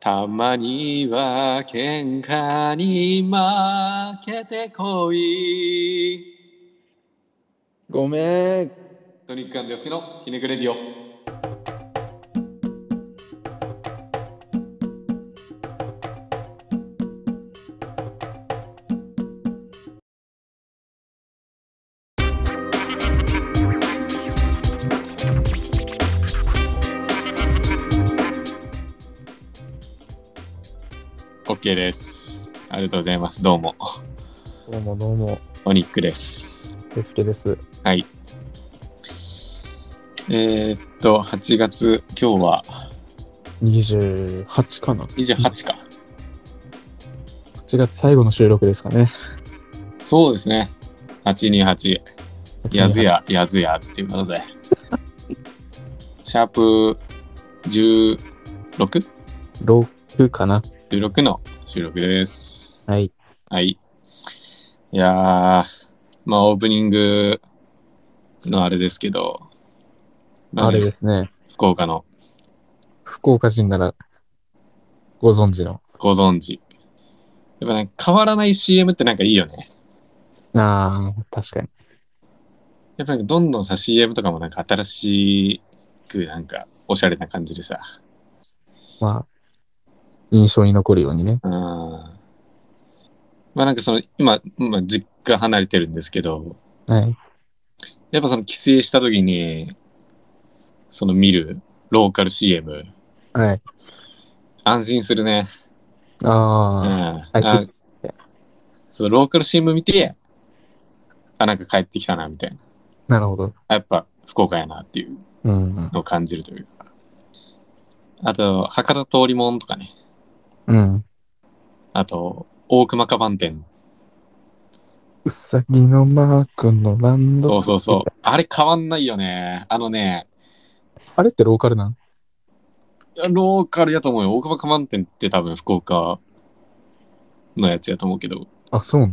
たまには喧嘩に負けてこい。ごめん。トニックですけど、ひねくれディオ。OK です。ありがとうございます。どうも。どうもどうも。トニックです。デスケです。はい。えー、っと、8月、今日は28かな。 28か。 8月最後の収録ですかね。そうですね。828。やず。や、やずやっていうこと で。シャープ 16?16 6かな。の収録です。はい。はい。いやー、まあオープニングのあれですけど、ま。あれですすね。福岡の福岡人なら、ご存知の。ご存知。やっぱね、変わらない CM ってなんかいいよね。ああ、確かに。やっぱなんかどんどんさ CM とかもなんか新しくなんかおしゃれな感じでさ。まあ、印象に残るようにね。うんまあなんかその今、まあ、実家離れてるんですけどはい。やっぱその帰省した時にその見るローカル CM はい。安心するね、うんあああ、帰ってきそうローカル CM 見てあなんか帰ってきたなみたいななるほど。あやっぱ福岡やなっていううんうん。のを感じるというかあと博多通りもんとかねうん。あと大熊カバン店うさぎのマークのランドそうそうそうあれ変わんないよねあのねあれってローカルなんいやローカルやと思うよ。大久保カマン店って多分福岡のやつやと思うけど。あ、そうな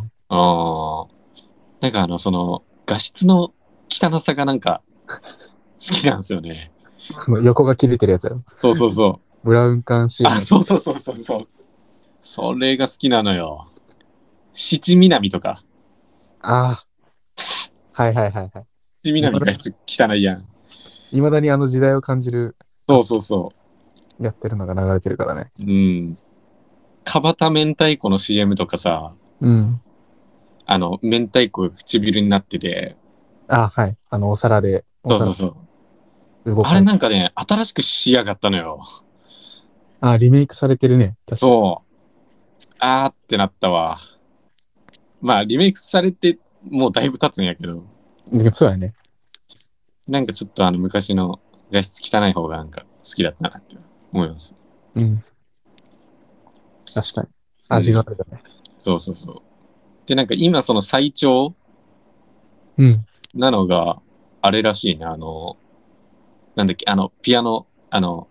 あのあ。なんかあの、その、画質の汚さがなんか、好きなんですよね。あの横が切れてるやつやろ。そうそうそブラウン管シう。ールあ、そうそうそうそうそう。それが好きなのよ。七南とか。ああ。はいはいはいはい。七南画質汚いやん。いまだにあの時代を感じる、そうそうそやってるのが流れてるからね。う。うん。かばた明太子の CM とかさ、うん。あの、明太子が唇になってて、あはい。あの、お皿で、そおうそう皿そう。動く。あれなんかね、新しくしやがったのよ。あ、リメイクされてるね。確かに。そう。あーってなったわ。まあ、リメイクされて、もうだいぶ経つんやけど、でもそうやね。なんかちょっとあの、昔の画質汚い方がなんか好きだったなって思います。うん。確かに。味があるよね。そうそうそう。で、なんか今その最長うん。なのが、あれらしいね、あの、なんだっけ、あの、ピアノ、あの、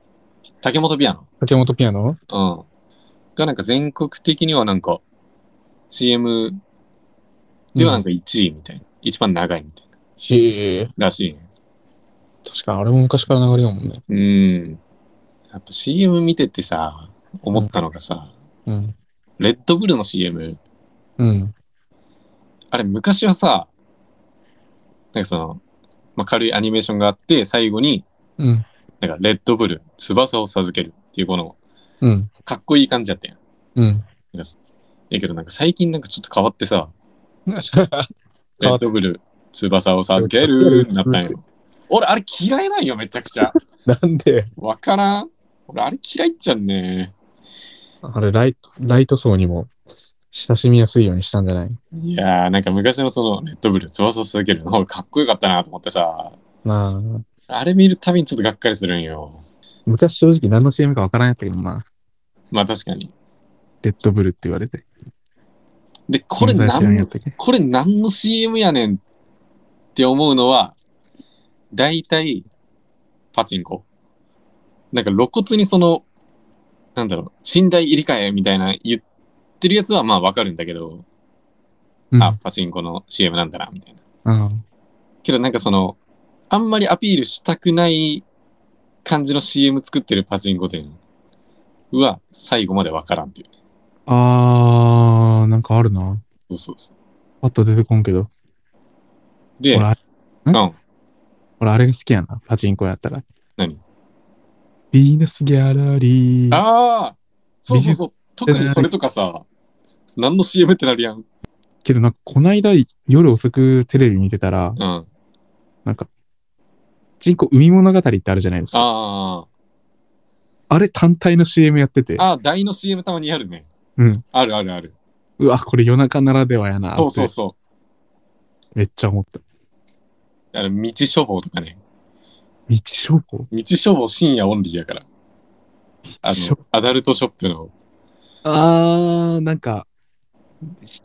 竹本ピアノ竹本ピアノうん。がなんか全国的にはなんか、CM ではなんか、か1位みたいな。一番長いみたいな。へえ。らしいね。確かにあれも昔から流れようもんね。うん。やっぱ CM 見ててさ、思ったのがさ、うん。レッドブルの CM、うん。あれ昔はさ、なんかその、まあ、軽いアニメーションがあって、最後に、うん。なんかレッドブル、翼を授けるっていうこの、うん。かっこいい感じやったやん。うん。やけどなんか最近なんかちょっと変わってさ、レ 変わッったドブル、翼を授けるになったんよ。俺あれ嫌いなんよ、めちゃくちゃ。なんでわからん。俺あれ嫌いっちゃんね。あれ、ライト、ライト層にも親しみやすいようにしたんじゃないいやーなんか昔のそのレッドブル翼を授けるの方がかっこよかったなと思ってさまあ、あれ見るたびにちょっとがっかりするんよ昔正直何の CM かわからんやったけど、まあ、まあ確かにレッドブルって言われて。でこれ存在知らんや何ったっけこれ何の CM やねんって思うのは大体パチンコなんか露骨にそのなんだろう寝台入り替えみたいな言ってるやつはまあわかるんだけど、うん、あパチンコの CM なんだなみたいなうん。けどなんかその、あんまりアピールしたくない感じの CM 作ってるパチンコ店は最後までわからんっていう。あー、なんかあるな。そうそうそパッと出てこんけど。う。で、ほら、ううんん。俺あれが好きやな。パチンコやったら。何ビーナスギャラリー。ああそうそうそう。特にそれとかさ、何の CM ってなるやん。けどなんかこないだ夜遅くテレビ見てたうら、ん。あなんか、人口海物語ってあるじゃないですか。ああ。れ単体の CM やってて、ああ、台の CM たまにあるね。うん。あるあるある。うわ、これ夜中ならではやなってそうそうそめっちゃ思った。う。あの、道消防とかね。道消防道消防深夜オンリーやから。あ消の、アダルトショップの。あー、なんか、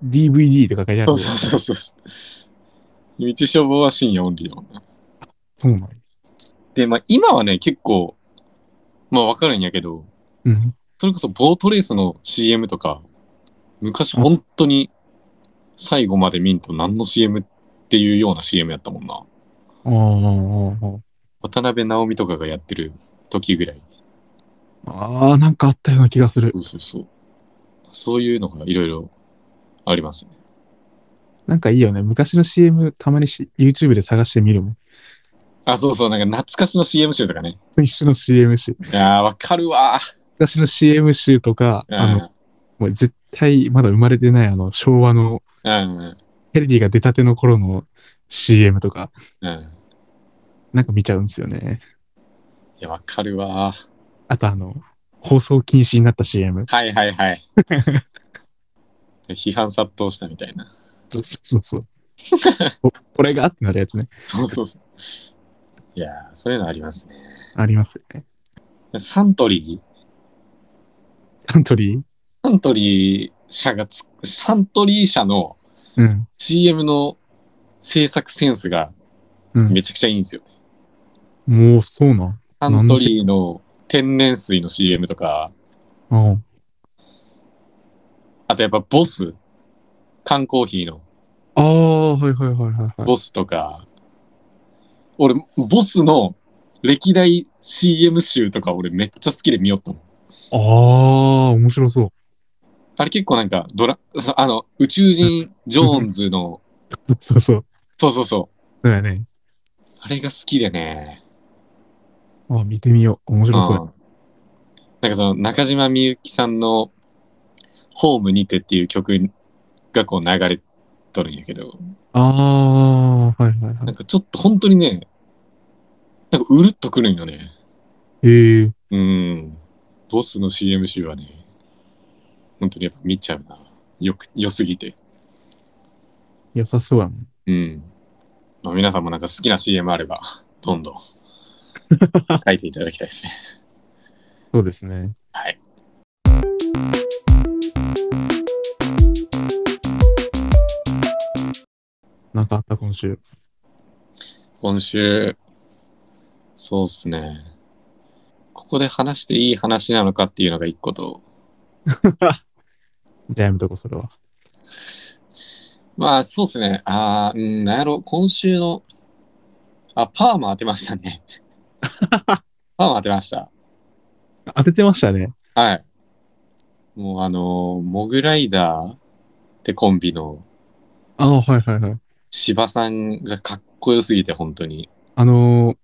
DVD とか書いてある。そうそうそうそう。道消防は深夜オンリーだもんな。そうなんやで、まあ今はね、結構、まあわかるんやけど、うん。それこそボートレースの CM とか、昔本当に最後まで見んと何の CM っていうような CM やったもんな。あー渡辺直美とかがやってる時ぐらい。あー、あーあー、なんかあったような気がする。そうそうそう。そういうのがいろいろありますね。なんかいいよね。昔の CM たまにし YouTube で探してみるもん。あ、そうそう、なんか懐かしの CM 集とかね。一緒の CM 集。いやー、わかるわー。昔の CM 集とか、うあの、もう絶対まだ生まれてないあの昭和のん。うん。テレビが出たての頃の CM とか、うん。なんか見ちゃうんですよね。いや、わかるわー。あとあの、放送禁止になった CM。はいはいはい。 批判殺到したみたいな。そうそうそう。おこれがってなるやつね。そうそうそう。いやー、そういうのありますね。ありますよね。サントリー、サントリーサントリー社がつ、サントリー社のうん。 CM の制作センスがうんめ、ちゃくちゃいいんですよ。もうそうなん。サントリーの天然水の CM とか、うん。あとやっぱボス、缶コーヒーのああ、はいはいはいはい、はい。ボスとか、俺、ボスの歴代 CM 集とか俺めっちゃ好きで見よったもん。ああ、面白そう。あれ結構なんかドラ、そあの、宇宙人ジョーンズ の、そうそう。そうそうそう、そうだね。あれが好きでね。あ見てみよう。面うん白そうや。なんかその中島みゆきさんのホームにてっていう曲がこう流れとるんやけど、ああ、はいはいはないん。かちょっと本当にね、なんかうるっとくるんよね。ええうん。ボスの CM 集はね、本当にやっぱ見ちゃうな。よく、良すぎて。良さそうやもん。うん。まあ、皆さんもなんか好きな CM あれば、どん どん書いていただきたいですね。そうですね。はい。なんかあった今週。今週、そうっすね。ここで話していい話なのかっていうのが一個と、じゃあやめとこう、それは。まあそうっすね。あーうん、なんやろ、今週の、あ、パーマ当てましたね。パーマ当てました。当ててましたね。はい。もうあのーモグライダーってコンビのああ、はいはいはい。芝さんがかっこよすぎて、本当に。あのー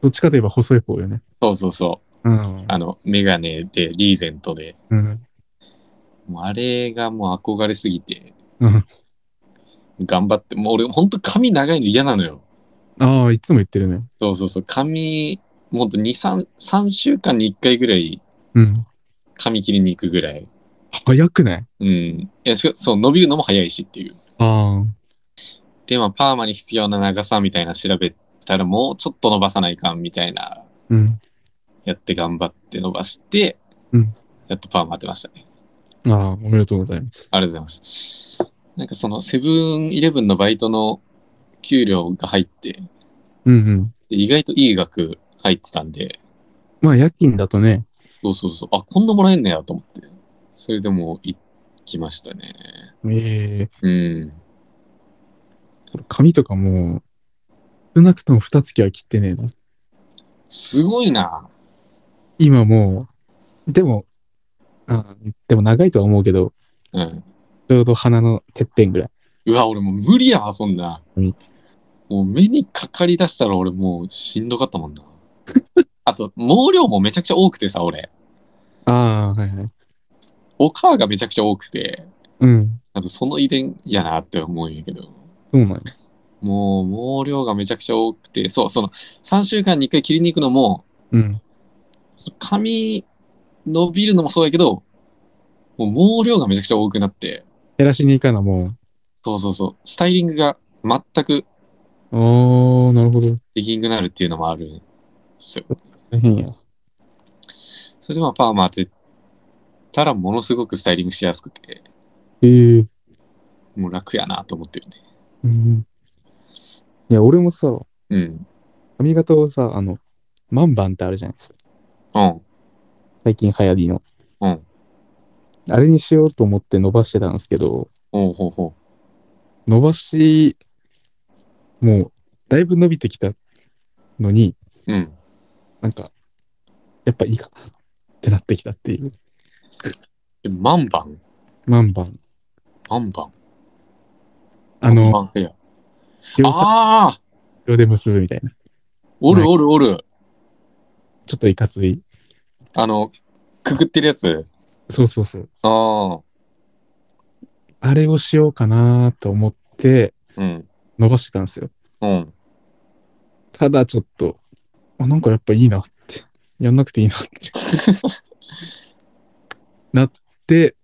どっちかといえば細い方よね。そうそうそう。うん。あの、メガネで、リーゼントで。うん。もうあれがもう憧れすぎて、うん。頑張って。もう俺、本当髪長いの嫌なのよ。ああ、いつも言ってるね。そうそうそう。髪、もっと2、3、3週間に1回ぐらいうん。髪切りに行くぐらい。早くないうん。いや、しかそう、伸びるのも早いしっていう。ああ。で、まあ、パーマに必要な長さみたいな調べたら、もうちょっと伸ばさないかんみたいなうん。やって頑張って伸ばして、うんやっとパーマ当てましたね。ああ、おめでとうございます。ありがとうございます。なんかそのセブンイレブンのバイトの給料が入って、でうんうん。意外といい額入ってたんで、まあ、夜勤だとね、そうそうそう、あ、こんなもらえんねやと思って。それでもう行きましたね。ええうん。髪とかもう、少なくとも二月は切ってねえな。すごいな。今もう、でも、あでも長いとは思うけど、うん。ちょうど鼻のてっぺんぐらい。うわ、俺もう無理やわ、そんな。うんもう目にかかりだしたら俺もうしんどかったもんな。 あと、毛量もめちゃくちゃ多くてさ、俺。ああ、はいはい。お母がめちゃくちゃ多くて、うん。多分その遺伝やなって思うんやけど。そうなんや。もう毛量がめちゃくちゃ多くて、そう、その3週間に1回切りに行くのも、うん。その髪伸びるのもそうやけど、もう毛量がめちゃくちゃ多くなって、減らしに行かな、もそうそうそう、スタイリングが全くう。ああ、なるほど。できんくなるっていうのもあるんですよ。大変や。それでまあパーマ当てたらものすごくスタイリングしやすくて、ええもう楽やなと思ってるね。うん。いや、俺もさ、うん。髪型をさ、あの、マンバンってあるじゃないですか。うん。最近流行りの。うん。あれにしようと思って伸ばしてたんですけど、おうほうほ伸ばし、もう、だいぶ伸びてきたのに、う。うん。なんか、やっぱいいかなってなってきたっていう。え、マンバンマンバン。マンバンあマンの、バンヘア。両サああイドで結ぶみたいな。おるおるおる。ちょっといかつい。あの、くくってるやつ。そうそうそう。ああ。あれをしようかなと思ってうん。伸ばしてたんですよ。うん。ただちょっと、あ、なんかやっぱいいなって。やんなくてい いなって。なって、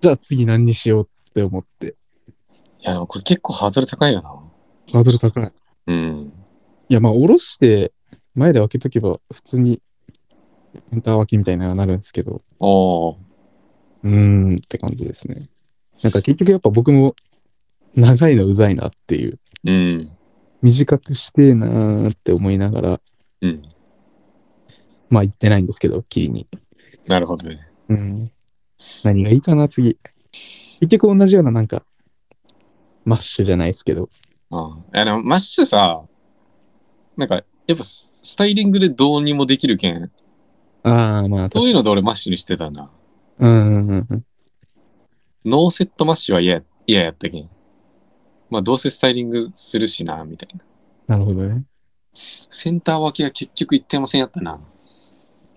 じゃあ次何にしようって思って。いや、でもこれ結構ハードル高いよな。ハードル高い。うん。いや、まあ、おろして、前で分けとけば、普通に、センター脇みたいなのになるんですけど、おー。うーんって感じですね。なんか結局やっぱ僕も、長いのうざいなっていう、うん。短くしてーなーって思いながら、うん。まあ言ってないんですけど、切りに。なるほどね。うん。何がいいかな、次。結局同じような、なんか、マッシュじゃないですけど。うん。あの、マッシュさ、なんか、やっぱススタイリングでどうにもできるけん。ああ、まあ、そ確うかいうので俺マッシュにしてたな。うんうんうんうん。ノーセットマッシュは嫌や嫌やったけん。まあどうせスタイリングするしな、みたいな。なるほどね。センター脇が結局一点もせんやったな。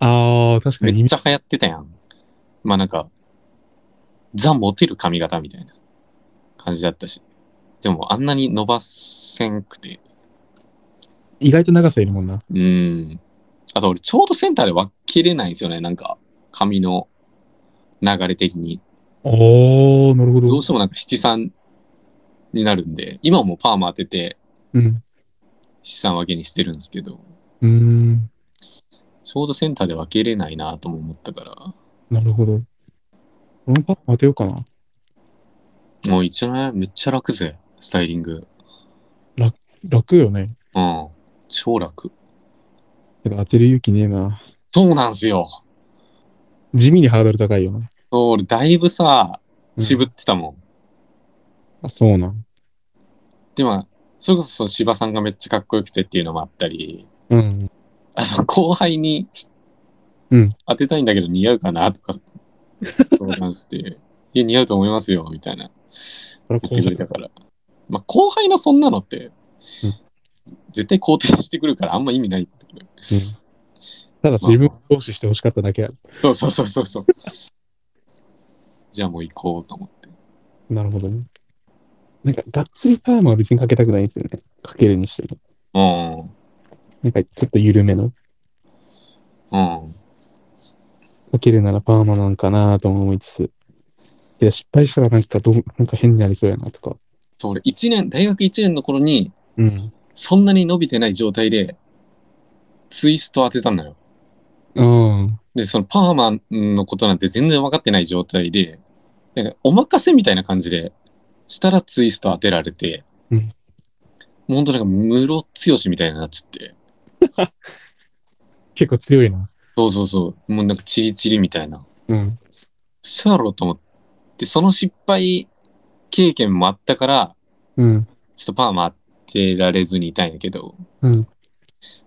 ああ、確かめにっち。ゃ流行ってたやん。まあなんか、ザ・モテる髪型みたいな感じだったし。でもあんなに伸ばせんくて。意外と長さいるもんな。うーん。あと俺ちょうどセンターで分けれないんですよね。なんか髪の流れ的に。おー、なるほど。どうしてもなんか七三になるんで、今はもうパーマ当ててうん。七三分けにしてるんですけど、うーん。ちょうどセンターで分けれないなとも思ったから、なるほど。このパッ当てようかな。もう一応ね、めっちゃ楽ぜ、スタイリング。楽よね。うん。超楽。けど当てる勇気ねえな。そうなんすよ。地味にハードル高いよね。そう、俺だいぶさ、うん渋ってたもん。あ、そうなん。でも、それこそその芝さんがめっちゃかっこよくてっていうのもあったり、うん。あの後輩に、うん当てたいんだけど似合うかなとか、相談 して、いや、似合うと思いますよ、みたいなこれ言ってくれたから。まあ、後輩のそんなのって、絶対肯定してくるからあんま意味ないんだけど。ただ自分を行使してほしかっただけある。そうそうそうそう そう。じゃあもう行こうと思って。なるほどね。なんか、がっつりパーマは別にかけたくないんですよね。かけるにしても。うなんか、ちょっと緩めの。ん。うん。かけるならパーマなんかなとも思いつつ。いや、失敗したらなんかどう、なんか変になりそうやなとか。そう、俺一年、大学一年の頃に、うん。そんなに伸びてない状態で、ツイスト当てたのよ。うん。で、そのパーマンのことなんて全然分かってない状態で、なんかお任せみたいな感じで、したらツイスト当てられて、うんもうほんとなんかムロツヨシみたいになっちゃって、結構強いな。そうそうそう、もうなんかチリチリみたいな。うん。したやろと思って、その失敗経験もあったから、うん。ちょっとパーマ当てられずにいたんやけど、うん。ま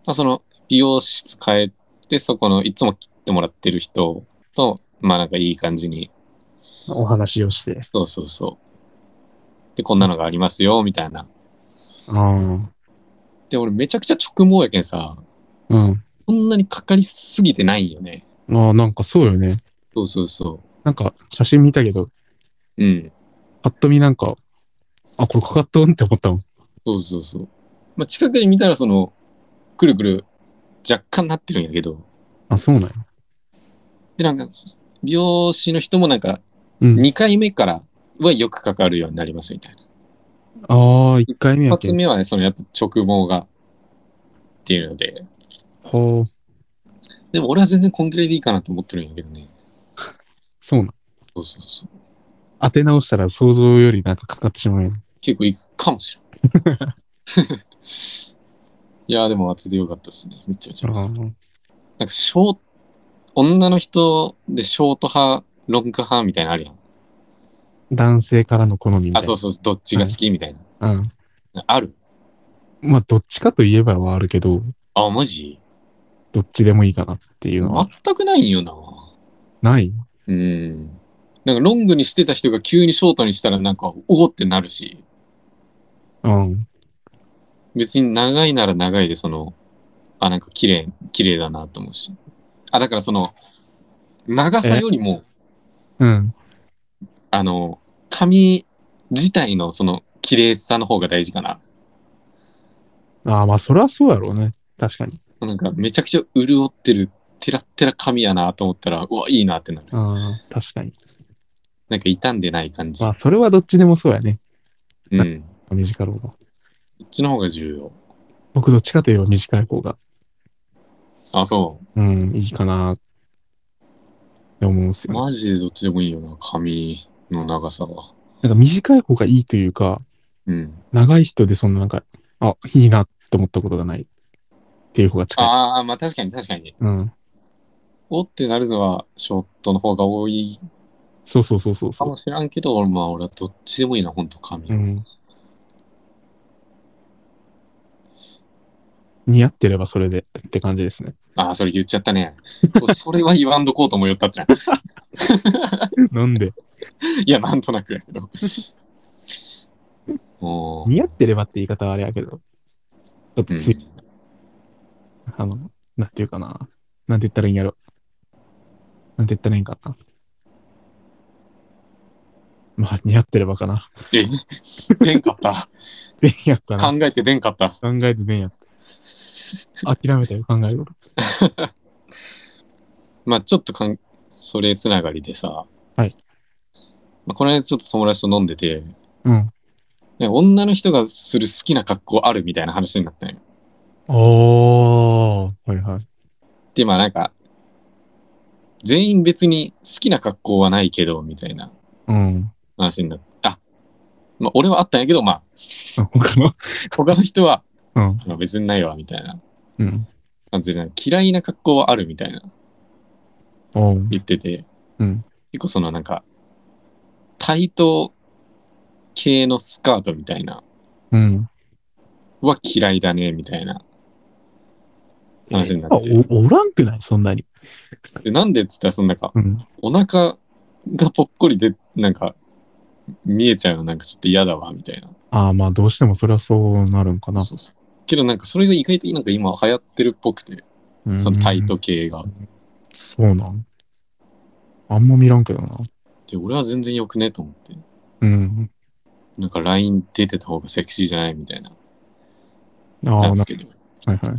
あ、その美容室変えで、そこのいつも切ってもらってる人と、まあなんかいい感じに、お話をして。そうそうそう。で、こんなのがありますよ、みたいな。うん。で、俺めちゃくちゃ直毛やけんさ、うん。そんなにかかりすぎてないよね。ああ、なんかそうよね。そうそうそなんか写真見たけど、う。うん。ぱっと見なんか、あ、これかかっとんって思ったもん。そうそうそう。まあ近くで見たらその、くるくる若干なってるんやけど、あ、そうなんや。で、なんか、美容師の人もなんか、うん2回目からはよくかかるようになりますみたいな。ああ、一回目一や発けん。目はね、そのやっぱ直毛がっていうので、ほう。でも俺は全然コンクレでいいかなと思ってるんやけどね。そうなん。そうそうそう。当て直したら想像よりなんかかかってしまうよね。結構いくかもしれん。 いやーでも当ててよかったですね。めちゃめちゃ。なんあーかショート、女の人でショート派、ロング派みたいなのあるやん。男性からの好みみたいな。あ、そうそう、どっちが好きみたいな。うん。あるまあ、どっちかといえばはあるけど、あ、マジどっちでもいいかなっていうのは全くないよな。ない。うん。なんかロングにしてた人が急にショートにしたらなんか、おおってなるし、うん。別に長いなら長いで、その、あ、なんか綺麗、綺麗だなと思うし。あ、だからその、長さよりも、うん。あの、髪自体のその綺麗さの方が大事かな。ああ、まあ、それはそうやろうね。確かに。なんかめちゃくちゃ潤ってる、テラッテラ髪やなと思ったら、うわ、いいなってなる。ああ、確かに。なんか傷んでない感じま。あ、それはどっちでもそうやね。うん。短い方が。そっちの方が重要。僕、どっちかといえば短い方が、あ、そうん、いいかなって思うんですう。よね。マジでどっちでもいいよな、髪の長さは。なんか短い方がいいというか、うん。長い人でそんななんか、あ、いいなって思ったことがないっていう方が近い。ああ、まあ確かに確かに。うん。おってなるのはショットの方が多いそうそうそうそうかそもしらんけど、俺まあ俺はどっちでもいいな、ほんと髪。う。うん。似合ってればそれでって感じですね。 ああ、それ言っちゃったね。 そうそれは言わんとこうとも言ったっちゃん。なんでいや、なんとなくやけど。 おー似合ってればって言い方はあれやけど、ちょっうとんつい、あの、なんていうかな。なんて言ったらいいんやろ。なんて言ったらいいんかな。まあ、似合ってればかな。 え、出んかった。でんやったな。考えて出んかった。考えてでんやった。諦めたよ、考える。まあちょっとかん、それつながりでさ。はい。まあ、この間ちょっと友達と飲んでて、うん。ね女の人がする好きな格好あるみたいな話になったんよ。おー。はいはい。で、まあなんか、全員別に好きな格好はないけど、みたいなうん。話になって。あ、まあ俺はあったんやけど、まああ他の他の人は、うん。まあ、別にないわ、みたいなうん。感じで、嫌いな格好はあるみたいなおー。言ってて、うん結構そのなんか、対等系のスカートみたいな、うん。は嫌いだね、みたいな話になって。あおおらんくないそんなに。でなんでっつったら、そのなんか、うん。お腹がぽっこりで、なんか、見えちゃうのなんかちょっと嫌だわ、みたいな。ああ、まあ、どうしてもそれはそうなるんかな。そうそう。けどなんかそれが意外となんか今流行ってるっぽくて、うんそのタイト系が。そうなん。あんま見らんけどな。で、俺は全然よくねと思って。うん。なんか LINE 出てた方がセクシーじゃないみたいな。あなあ、んなですけど。はいはいはい。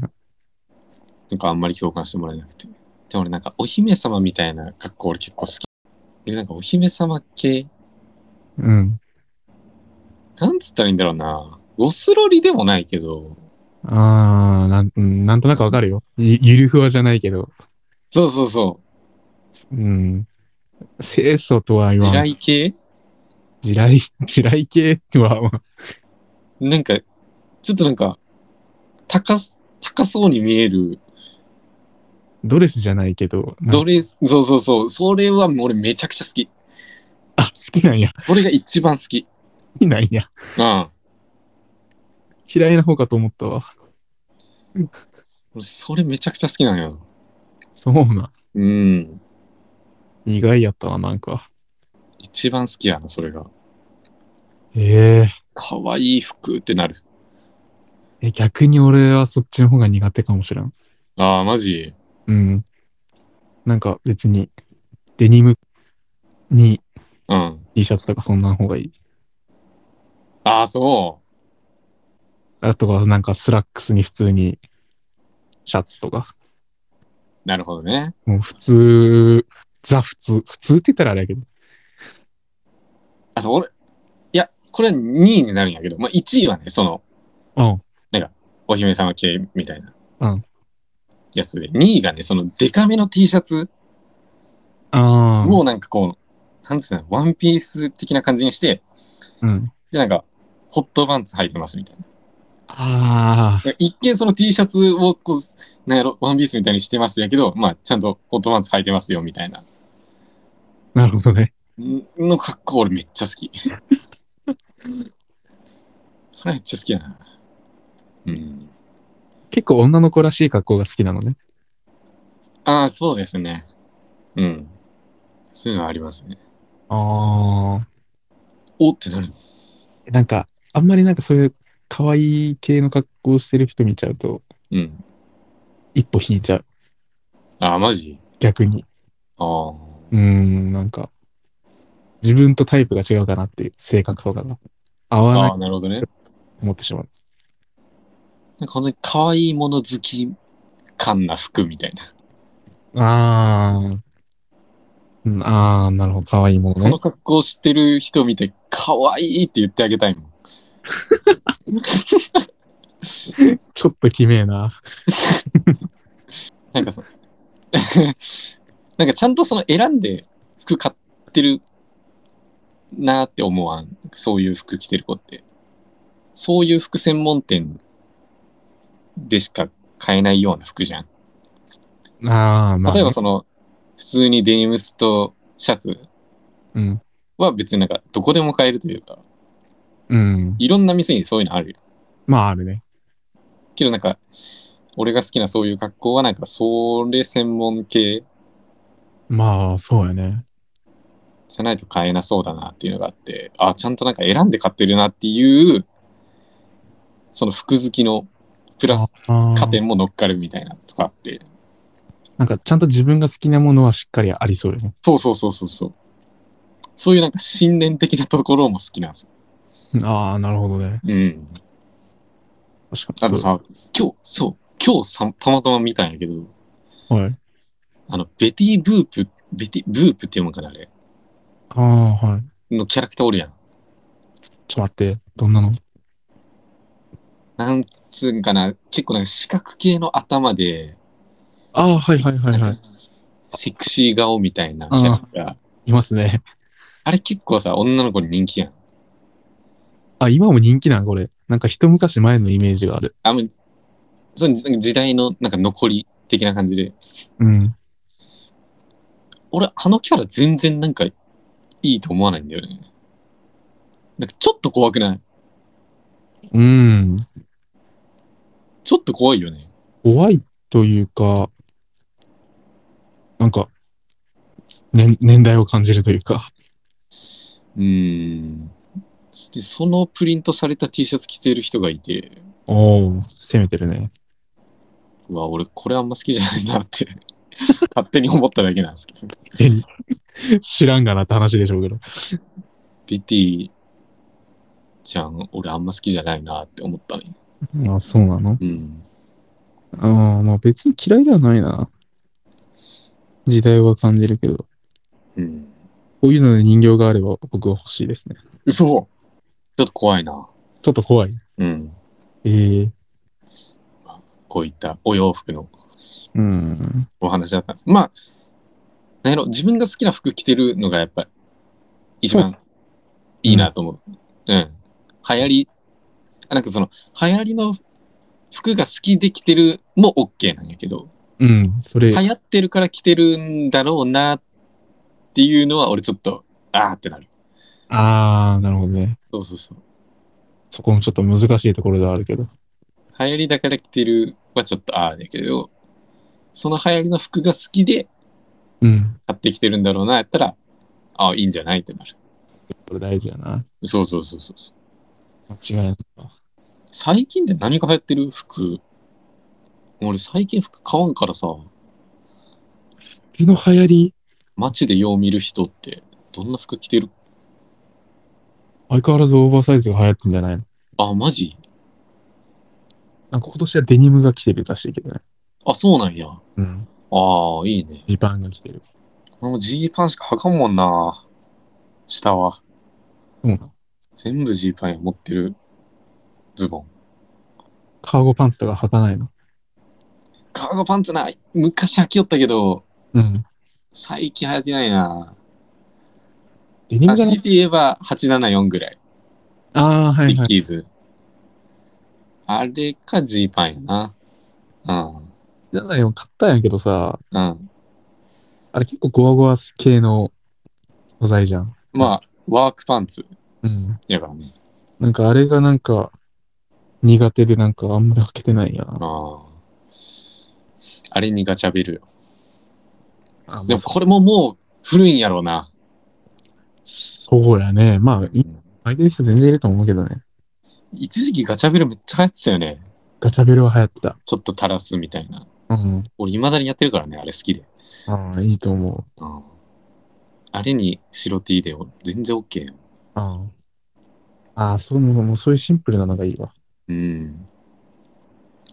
なんかあんまり共感してもらえなくて。でも俺なんかお姫様みたいな格好俺結構好き。俺なんかお姫様系、うん。なんつったらいいんだろうな。ゴスロリでもないけど、ああ、なん、うんなんとなくわかるよ。ゆゆるふわじゃないけど。そうそうそうん。清楚とはう、言地わん。雷系地雷、地雷系は、まあなんか、ちょっとなんか、高す、高そうに見えるドレスじゃないけど。なんドレス、そうそうそう、それは俺めちゃくちゃ好き。あ、好きなんや。俺が一番好き。好きなんや。うん。嫌いな方かと思ったわ。俺それめちゃくちゃ好きなのよ。そうな。うん。意外やったな、なんか。一番好きやな、それが。え可愛い服ってなる。え。え、逆に俺はそっちの方が苦手かもしれん。ああ、マジ。うん。なんか別に、デニムにうん。 T シャツとかそんな方がいい。ああ、そあとはなんかスラックスに普通にシャツとか。う。なるほどね。もう普通、ザ普通。普通って言ったらあれやけど。あと、俺、いや、これは2位になるんやけど、まあ1位はね、その、うん。お姫様系みたいな。うんやつで。2位がね、そのデカめの T シャツああ。をなんかこう、なんつうの、ワンピース的な感じにして、うん。で、なんか、ホットパンツ履いてますみたいな。ああ。一見その T シャツをこう、なんやろ、ワンピースみたいにしてますやけど、まあ、ちゃんとホットパンツ履いてますよみたいな。なるほどね。んの格好俺めっちゃ好き。あれめっちゃ好きやな。うん。結構女の子らしい格好が好きなのね。ああ、そうですね。うん。そういうのはありますね。あおってなる。あ。なんか、あんまりなんかそういう可愛い系の格好をしてる人見ちゃうと、うん。一歩引いちゃう。ああ、マジ逆に。ああ。うーん、なんか、自分とタイプが違うかなっていう性格とかが合わないああ、となるほどね。思ってしまう。なんか本当に可愛いもの好き感な服みたいな。あー。うんあー、なるほど。可愛いもそのねの。格好してる人見て、可愛いって言ってあげたいもん。ちょっときめえな。なんかその、 なんかちゃんとその選んで服買ってるなーって思わん。そういう服着てる子って。そういう服専門店でしか買えないような服じゃん。あー、まあね、例えばその、普通にデニムスとシャツうん。は別になんかどこでも買えるというか、うん。いろんな店にそういうのあるよ。まあ、あるね。けどなんか、俺が好きなそういう格好はなんか、それ専門系まあ、そうやね。じゃないと買えなそうだなっていうのがあって、あ、ちゃんとなんか選んで買ってるなっていう、その服好きのプラスあー加点も乗っかるみたいなとかあって、なんか、ちゃんと自分が好きなものはしっかりありそうよね。そうそうそうそうそう。そういうなんか信念的なところも好きなんですよ。ああ、なるほどね。うん。確かあに。とさ、今日、そう、今日さたまたま見たんやけど、はい。あの、ベティ・ブープ、ベティ・ブープって読むんかなあれああ、はい。のキャラクターおるやん。ちょっと待って、どんなのなんつうんかな、結構なんか四角形の頭で、ああ、はいはいはないんはかい。セクシー顔みたいなキャラクター。あいますね。れ結構さ、女の子に人気やん。あ、今も人気なん、これ。なんか一昔前のイメージがある。あもうその時代のなんか残り的な感じで。うん。俺、あのキャラ全然なんかいいと思わないんだよね。なんかちょっと怖くないうん。ちょっと怖いよね。怖いというか、なんか、ね、年代を感じるというか。うーん。でそのプリントされた T シャツ着てる人がいて、おお攻めてるね。うわ、俺これあんま好きじゃないなって、 勝手に思っただけなんですけど。 知らんがなって話でしょうけど。ビティちゃん、俺あんま好きじゃないなって思ったね。あそうなのうん。ああ、まあ別に嫌いではないな。時代は感じるけど。うん。こういうので人形があれば僕は欲しいですね。嘘ちょっと怖いな。ちょっと怖い。うん。ええこういったお洋服のうん。お話だったんです。まあ、なんやろ、自分が好きな服着てるのがやっぱ一番いいなと思う。うん。流行り、あなんかその、流行りの服が好きで着てるも OK なんやけど、うん。それ流、行ってるから着てるんだろうなっていうのは俺ちょっと、あーってなる。ああ、なるほどね。そうそうそう。そこもちょっと難しいところではあるけど。流行りだから着てるはちょっとああだけど、その流行りの服が好きでうん。買ってきてるんだろうな、やったら、ああ、いいんじゃないってなる。これ大事やな。そうそうそうそうそう。間違いない。最近で何が流行ってる服俺最近服買わんからさ、服の流行り、街でよう見る人ってどんな服着てる相変わらずオーバーサイズが流行ってんじゃないのあ、マジなんか今年はデニムが来てるらしいけどね。あ、そうなんや。うん。ああ、いいね。ジパンが来てる。俺もジーパンしか履かんもんな。下は。そうなの全部ジーパンや持ってるズボン。カーゴパンツとか履かないの。カーゴパンツな、昔履きよったけど、うん。最近流行ってないな。デニムが強ねい。て言えば874ぐらい。ああ、はビいはッい。キーズ。あれかジーパンやな。じゃないよ、買ったんやけどさ、うん。うん。あれ結構ゴワゴワ系の素材じゃん。まあ、ワークパンツうん。やからね。なんかあれがなんか苦手でなんかあんまり履けてないんやな。ああ。あれにガチャベルよ。あでもこれももう古いんやろうな。そうやね。まあ、い履いてる人全然いると思うけどね。一時期ガチャベルめっちゃ流行ってたよね。ガチャベルは流行ってた。ちょっと垂らすみたいな。うん。俺、未だにやってるからね、あれ好きで。ああ、いいと思う。うん。あれに白 T で全然 OK よ。ああ。ああ、そう、もうそういうシンプルなのがいいわ。うん。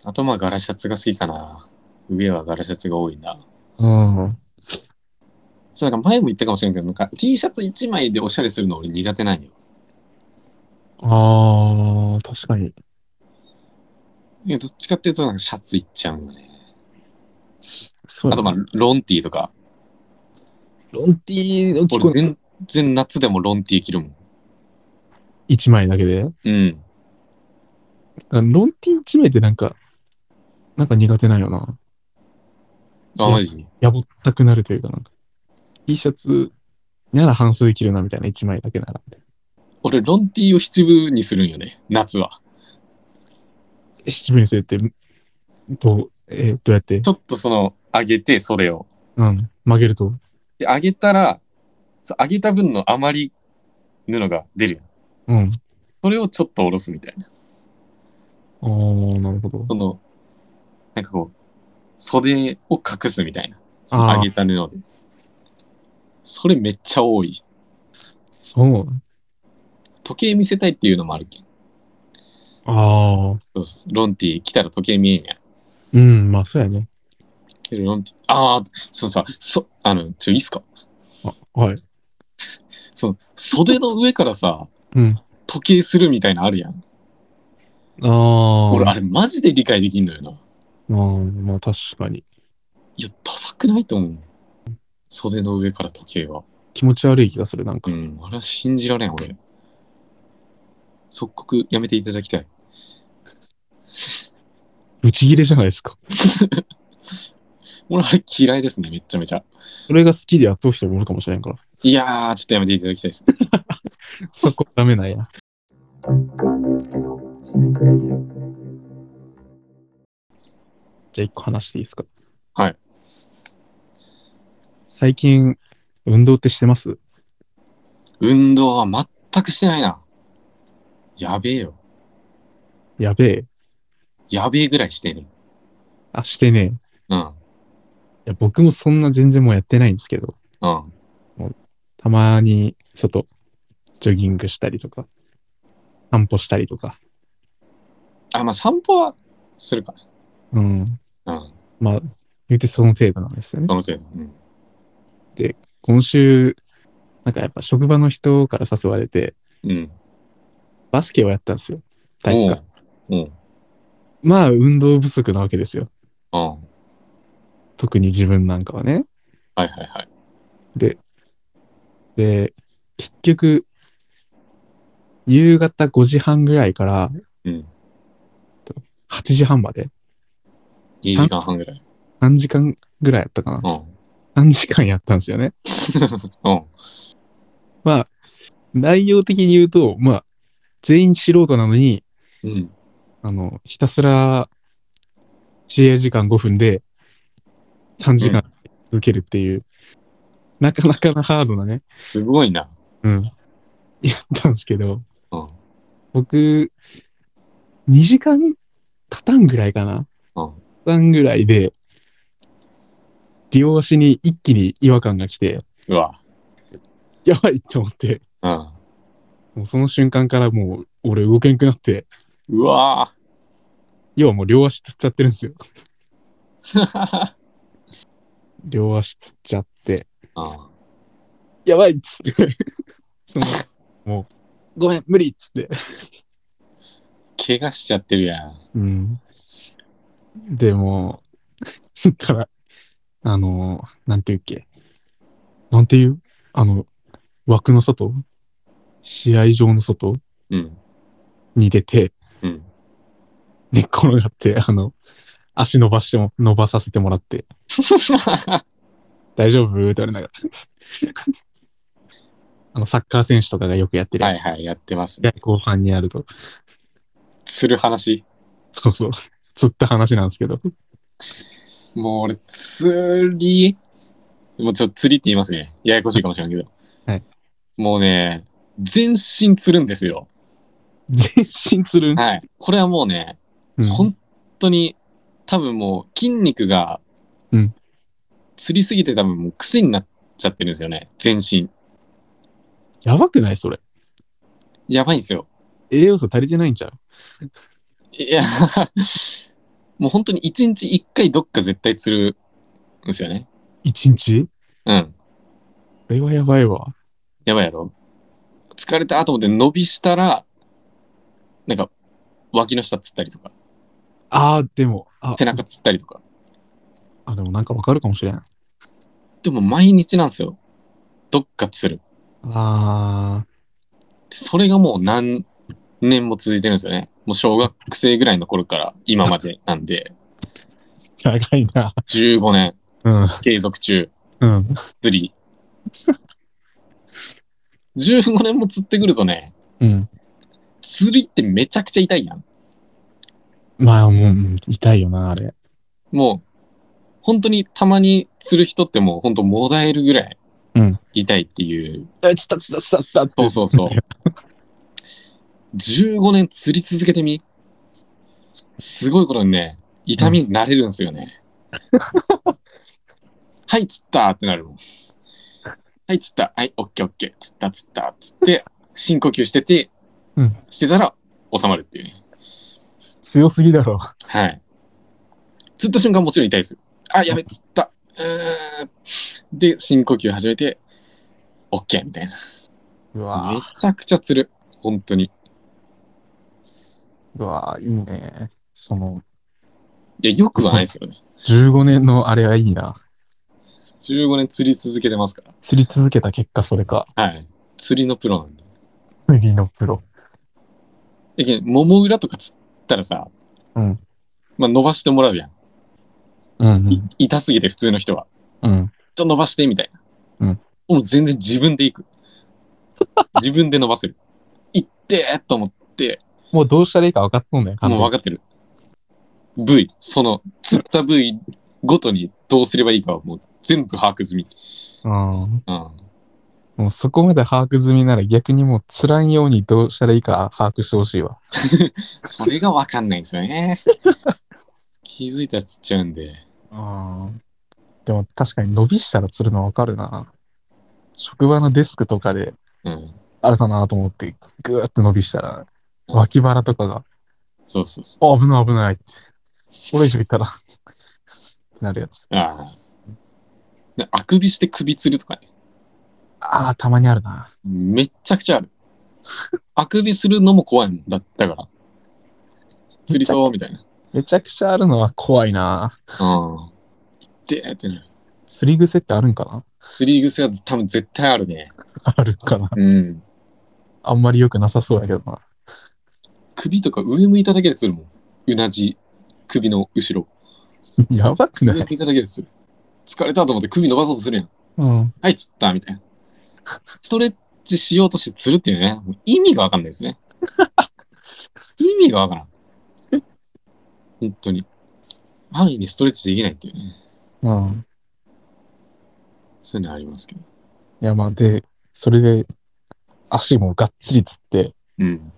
あと、まあ、柄シャツが好きかな。上は柄シャツが多いな。うん。そう、なんか前も言ったかもしれんけど、なんか T シャツ1枚でおしゃれするの俺苦手なんよ。ああ、確かに。いやどっちかっていうと、なんかシャツいっちゃうよね。そうあやと、ねまあ、ロンティとか。ロンティーの着俺、こ全然夏でもロンティ着るもん。一枚だけで。うん。あロンティー一枚ってなんか、なんか苦手なんよな。あ、マジやぼったくなるというか、なんか。T シャツなら半袖着るなみたいな、一枚だけならみたいな。俺、ロンティを七分にするんよね。夏は。七分にするって、どう、えーどうやってちょっとその、上げて、それを。うん。曲げると。で、上げたら、そう上げた分の余り布が出るよ。うん。それをちょっと下ろすみたいな。ああ、なるほど。その、なんかこう、袖を隠すみたいな。そのあー上げた布で。それめっちゃ多い。そう。時計見せたいっていうのもあるけん。ああ。そうそう。ロンティ来たら時計見えんやん。うん、まあそうやね。けどロンティああ、そうさ、そ、あの、ちょ、いいっすかはい。その、袖の上からさ、うん。時計するみたいなのあるやん。ああ。俺、あれマジで理解できんのよな。うん、まあ確かに。いや、ダサくないと思う。袖の上から時計は。気持ち悪い気がする、なんうか。ん、あれは信じられん、俺。即刻やめていただきたい。ブチギレじゃないですか。俺、あれ嫌いですね、めっちゃめちゃ。それが好きでやってほしい人もいるかもしれんから。いやー、ちょっとやめていただきたいです。そこダメなんや。じゃあ一個話していいですかはい。最近、運動ってしてます運動は全くしてないな。やべえよ。やべえ。やべえぐらいしてね。あ、してねえ。いうん、や、僕もそんな全然もうやってないんですけど、うん。たまに外、ジョギングしたりとか、散歩したりとか。あ、まあ、散歩はするか。うん。うん、まあ、言うてその程度なんですよねそ。の程度。うん。今週、なんかやっぱ職場の人から誘われて、うん。バスケをやったんですよ。体育館。おう。まあ、運動不足なわけですよ。おう。うん。特に自分なんかはね。はいはいはい。で、結局、夕方5時半ぐらいからうん。 8時半まで、 2時間半ぐらい。 3時間ぐらいやったかうな。ん。 3時間やったんですよね。うん。まあ、内容的に言うと、まあ、全員素人なのに、うん。あの、ひたすら、試合時間5分で、 3時間続けるっていう、なかなかなハードなね、すごいな。うん、やったんですけど、うん僕、2時間たたんぐらいかな。うんたたんぐらいで、両足に一気に違和感が来て、うわ。やばいって思って、うん。もうその瞬間からもう俺動けんくなって、うわ 要はもう両足つっちゃってるんですよ。ー両足つっちゃって、うんやばいっつって、 その、もう、ごめん、無理っつって。怪我しちゃってるやん。うん。でも、そっから、あの、なんていうっけ。なんていうあの、枠の外試合場の外うん。に出て、うん。寝っ転がって、あの、足伸ばしても、伸ばさせてもらって、大丈夫って言われ ながら。あの、サッカー選手とかがよくやってるやはついはい、やってますね。で後半にやると。する話。そうそう。つった話なんですけど。もう俺、釣り、もうちょっと釣りって言いますね。ややこしいかもしれんけど。はい。もうね、全身釣るんですよ。全身つるん。はい。これはもうね、うん本当に、多分もう筋肉が、うん釣りすぎて多分もう癖になっちゃってるんですよね。全身。やばくないそれ。やばいんですよ。栄養素足りてないんちゃういや、 もう本当に一日一回どっか絶対釣るんですよね。一日うん。これはやばいわ。やばいやろ。疲れたと思って伸びしたら、なんか、脇の下釣ったりとか、ああ、でも、あ背中釣ったりとか。あ、でもなんかわかるかもしれん。あでも毎日なんですよ。どっか釣る。あそれがもう何年も続いてるんですよね。もう小学生ぐらいの頃から今までなん で、ー、長いな。 15年うん、継続中、うん、釣り。15年も釣ってくるとね、うん。釣りってめちゃくちゃ痛いやん。まあ、もう、うん痛いよな、あれ。もう、本当にたまに釣る人ってもう本当もだえるぐらいうん痛いっていう。え、つたつたつたつたそうそうそう。15年釣り続けてみすごいことにね、痛みに慣れるんですよね。はい、釣ったってなるもん。はい、釣った。はい、オッケーオッケー。釣った釣った。つって、深呼吸してて、うんしてたら収まるっていうね。強すぎだろ。はい。釣った瞬間もちろん痛いですよ。あ、やべ、釣った。うーんで、深呼吸始めて、オッケーみたいな。うめちゃくちゃ釣る。本当に。うわいいね。その、いや、よくはないですけど ね。 15年のあれはいいな。 15年釣り続けてますか釣り続けた結果、それか。ら。はい。釣りのプロなんで。釣りのプロ。えけん、桃裏とか釣ったらさ、うん。まあ、伸ばしてもらうやん。うん、い痛すぎて普通の人は。うん、うちん。ょっと伸ばしてみたいな。うん。もう全然自分で行 く。自分で伸ばせる。行ってーと思って、もうどうしたらいいか分かっとんだよ。もう分かってる。部位、その、釣った部位ごとにどうすればいいかはもう全部把握済み。うん。うん。もうそこまで把握済みなら逆にもうつらんようにどうしたらいいか把握してほしいわ。それがわかんないんですよ ね。気づいたら釣っちゃうんで。でも確かに伸びしたらつるのわかるな。職場のデスクとかで、うん。あれだなと思ってぐーって伸びしたら、うん脇腹とかが、そうそうそあ、危ない危ないって。俺以上行ったら、ってなるやつ。う。ああ。であくびして首吊るとかね。ああ、たまにあるな。めっちゃくちゃある。 あくびするのも怖いもんだだから。釣りそうみたいな。めちゃくちゃあるのは怖いな。うん。でーってなる。釣り癖ってあるんかな釣り癖は多分絶対あるね。あるんかな。うん。あんまり良くなさそうだけどな。首とか上向いただけでするもん。うなじ、首の後ろ。やばく上な向いいただけでする。疲れたと思って首伸ばそうとするやん。うん。はい、釣ったみたいな。ストレッチしようとして釣るっていうね、もう意味がわかんないですね。意味がわからん。本当に。安易にストレッチできないっていうね。うん。そういうのありますけど。いや、まあ、で、それで、足もがっつりつって、うん。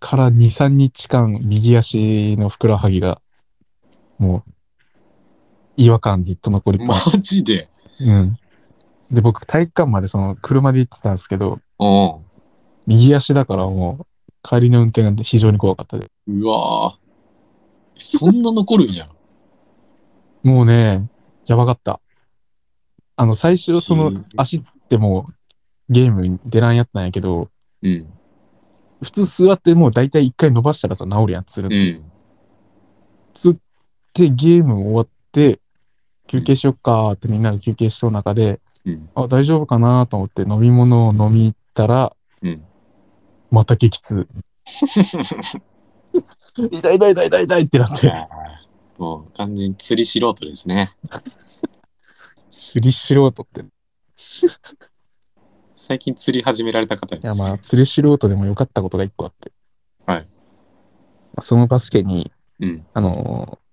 から2、3日間、右足のふくらはぎが、もう、違和感ずっと残りっぱなマしジでうん。で、僕、体育館までその、車で行ってたんですけど、うん。右足だからもう、帰りの運転が非常に怖かったです。うわぁ。そんな残るんや。もうね、やばかった。あの、最初、そのうん、足つってもう、ゲームに出らんやったんやけど、うん。普通座ってもう大体一回伸ばしたらさ、治るやん、つるう。ん。 つってゲーム終わって、休憩しよっかーってみんなで休憩しそうな中で、うん。あ、大丈夫かなーと思って飲み物を飲み行ったら、うん。また激痛。痛い痛い痛い痛い痛いってなって。もう完全に釣り素人ですね。釣り素人って。い最近釣り始められた方でやす、ね。まあ、釣り素人でも良かったことが一個あって。はい。そのバスケに、うん。あのー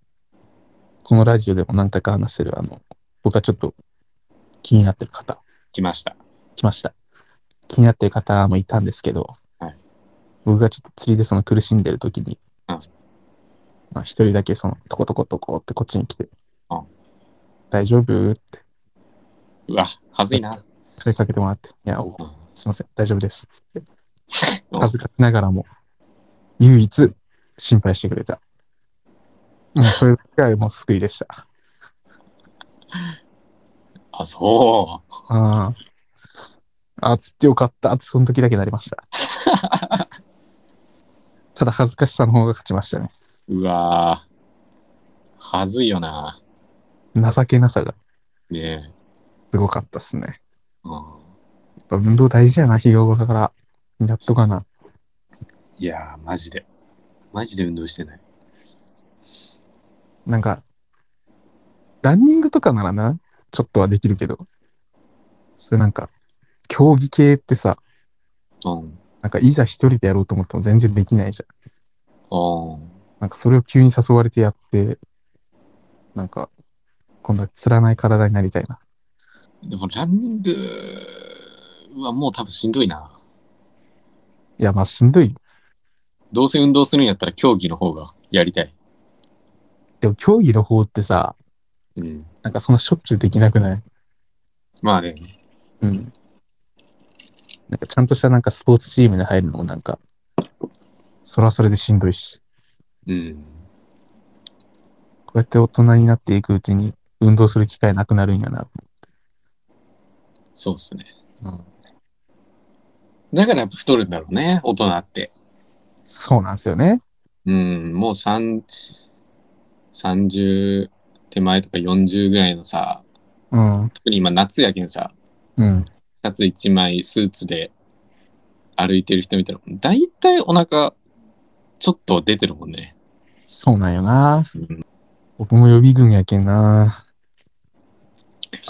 このラジオでも何回か話してる、あの、僕はちょっと気になってる方、来ました。来ました。気になってる方もいたんですけど、はい僕がちょっと釣りでその苦しんでる時に、うんまあ一人だけそのトコトコトコってこっちに来て、うん大丈夫ってうわ、はずいな。声かけてもらって、いや、おうんすいません、大丈夫です。つって うん恥ずかしながらも、唯一心配してくれた。もうそれがもう救いでした。あ、そあーあ、つってよかったってその時だけなりました。ただ恥ずかしさの方が勝ちましたね。う。うわぁ。はずいよな。情けなさがねえ。すごかったですね。うん、やっぱ運動大事やな、日頃だから。やっとかな。いやー、マジで。マジで運動してない。なんか、ランニングとかならな、ちょっとはできるけど、そういうなんか、競技系ってさ、うん。なんかいざ一人でやろうと思っても全然できないじゃん。うん。なんかそれを急に誘われてやって、なんか、今度はつらない体になりたいな。でも、ランニングはもう多分しんどいな。いや、まあしんどい。どうせ運動するんやったら競技の方がやりたい。でも競技の方ってさ、うん。なんかそんなしょっちゅうできなくないまあね。うん。なんかちゃんとしたなんかスポーツチームに入るのもなんか、それはそれでしんどいし、うん。こうやって大人になっていくうちに運動する機会なくなるんやな。そうっすね。うん、だからやっぱ太るんだろうね、大人って。そうなんですよね。うん、もう三30手前とか40ぐらいのさ、うん。特に今夏やけんさ、うん。シャツ1枚スーツで歩いてる人見たら、だいたいお腹ちょっと出てるもんね。そうなんよな。うん僕も予備軍やけんな。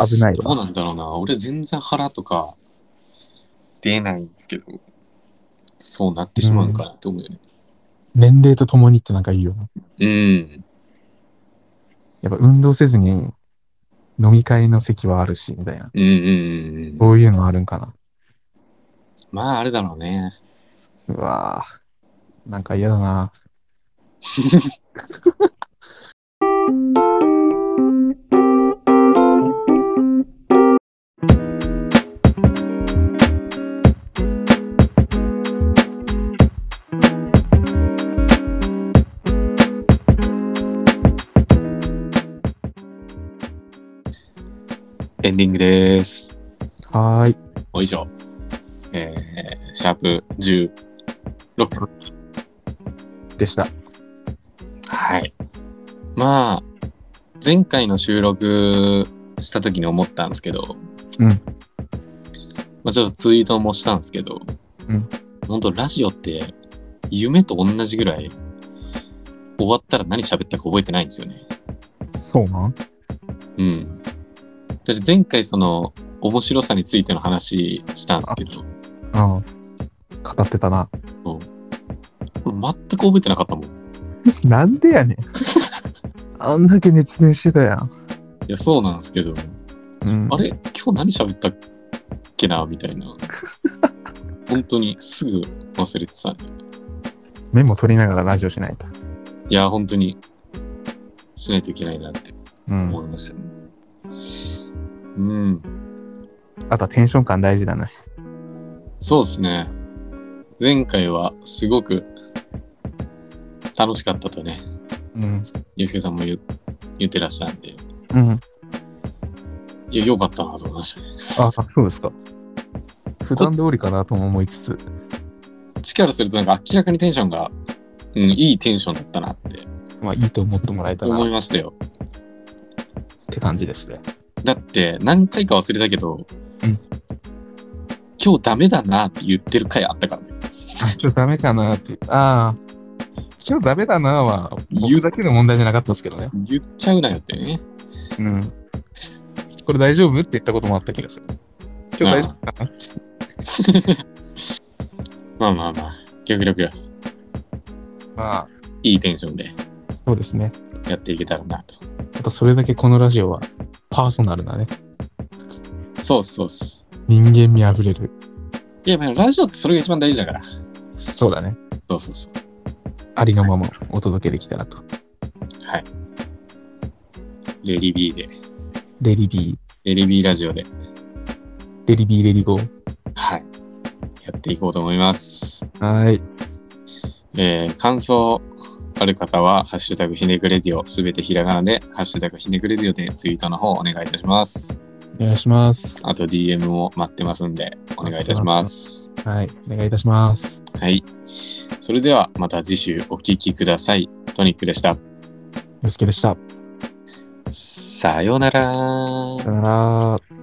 危ないどうわ。なんだろうな、俺全然腹とか出ないんですけど、そうなってしまうんかなって思うよね。年齢とともにってなんかいいよな。うん、やっぱ運動せずに飲み会の席はあるし、みたいな。うん、うん、うん。そういうのあるんかな。まああれだろうね。うわぁ。なんか嫌だな。エンディングです。はーい。お以上。えー、シャープ16。でした。はい。まあ、前回の収録した時に思ったんですけど、うんまあちょっとツイートもしたんですけど、うん本当ラジオって夢と同じぐらい終わったら何喋ったか覚えてないんですよね。そうなんうん。だって前回その面白さについての話したんですけど、うん。語ってたな。 俺全く覚えてなかったもん。な んでやねん。あんだけ熱弁してたやん。いや、そうなんですけど、うんあれ今日何喋ったっけなみたいな。本当にすぐ忘れてたね。メモ取りながらラジオしないと。いや、本当にしないといけないなってうん。思いましたね。うん、あとはテンション感大事だね。そうですね。前回はすごく楽しかったとね、うん。ゆうすけさんも言う言ってらっしゃるんで、うん。いや、よかったなと思いましたね。あ、そうですか。普段通りかなとも思いつつ。力するとなんか明らかにテンションが、うん、いいテンションだったなってまあいいと思ってもらえたな思っいましたよ。て感じですね。だって何回か忘れたけど、うん今日ダメだなって言ってる回あったからね。今日ダメかなって。ああ。今日ダメだなは、言う僕だけの問題じゃなかったですけどね。言っちゃうなよってね。うん。これ大丈夫って言ったこともあった気がする。今日大丈夫かなまあまあまあ、極力まあ、いいテンションでそうですね。やっていけたらなと。あとそれだけこのラジオはパーソナルなね。そうっすそうっす。人間味あふれる。いや、まあラジオってそれが一番大事だから。そうだね。そうそうそう。ありのままお届けできたらと。レリビーで、レリビー、レリビーラジオで、レリビー、レリゴー。はい。やっていこうと思います。はーい。えー感想ある方は、ハッシュタグひねくレディオ、すべてひらがなで、ハッシュタグひねくレディオでツイートの方お願いいたします。お願いします。あと DM も待ってますんで、お願いいたします。はい。お願いいたします。はい。それではまた次週お聞きください。トニックでした。よすけでした。さようならさよなら。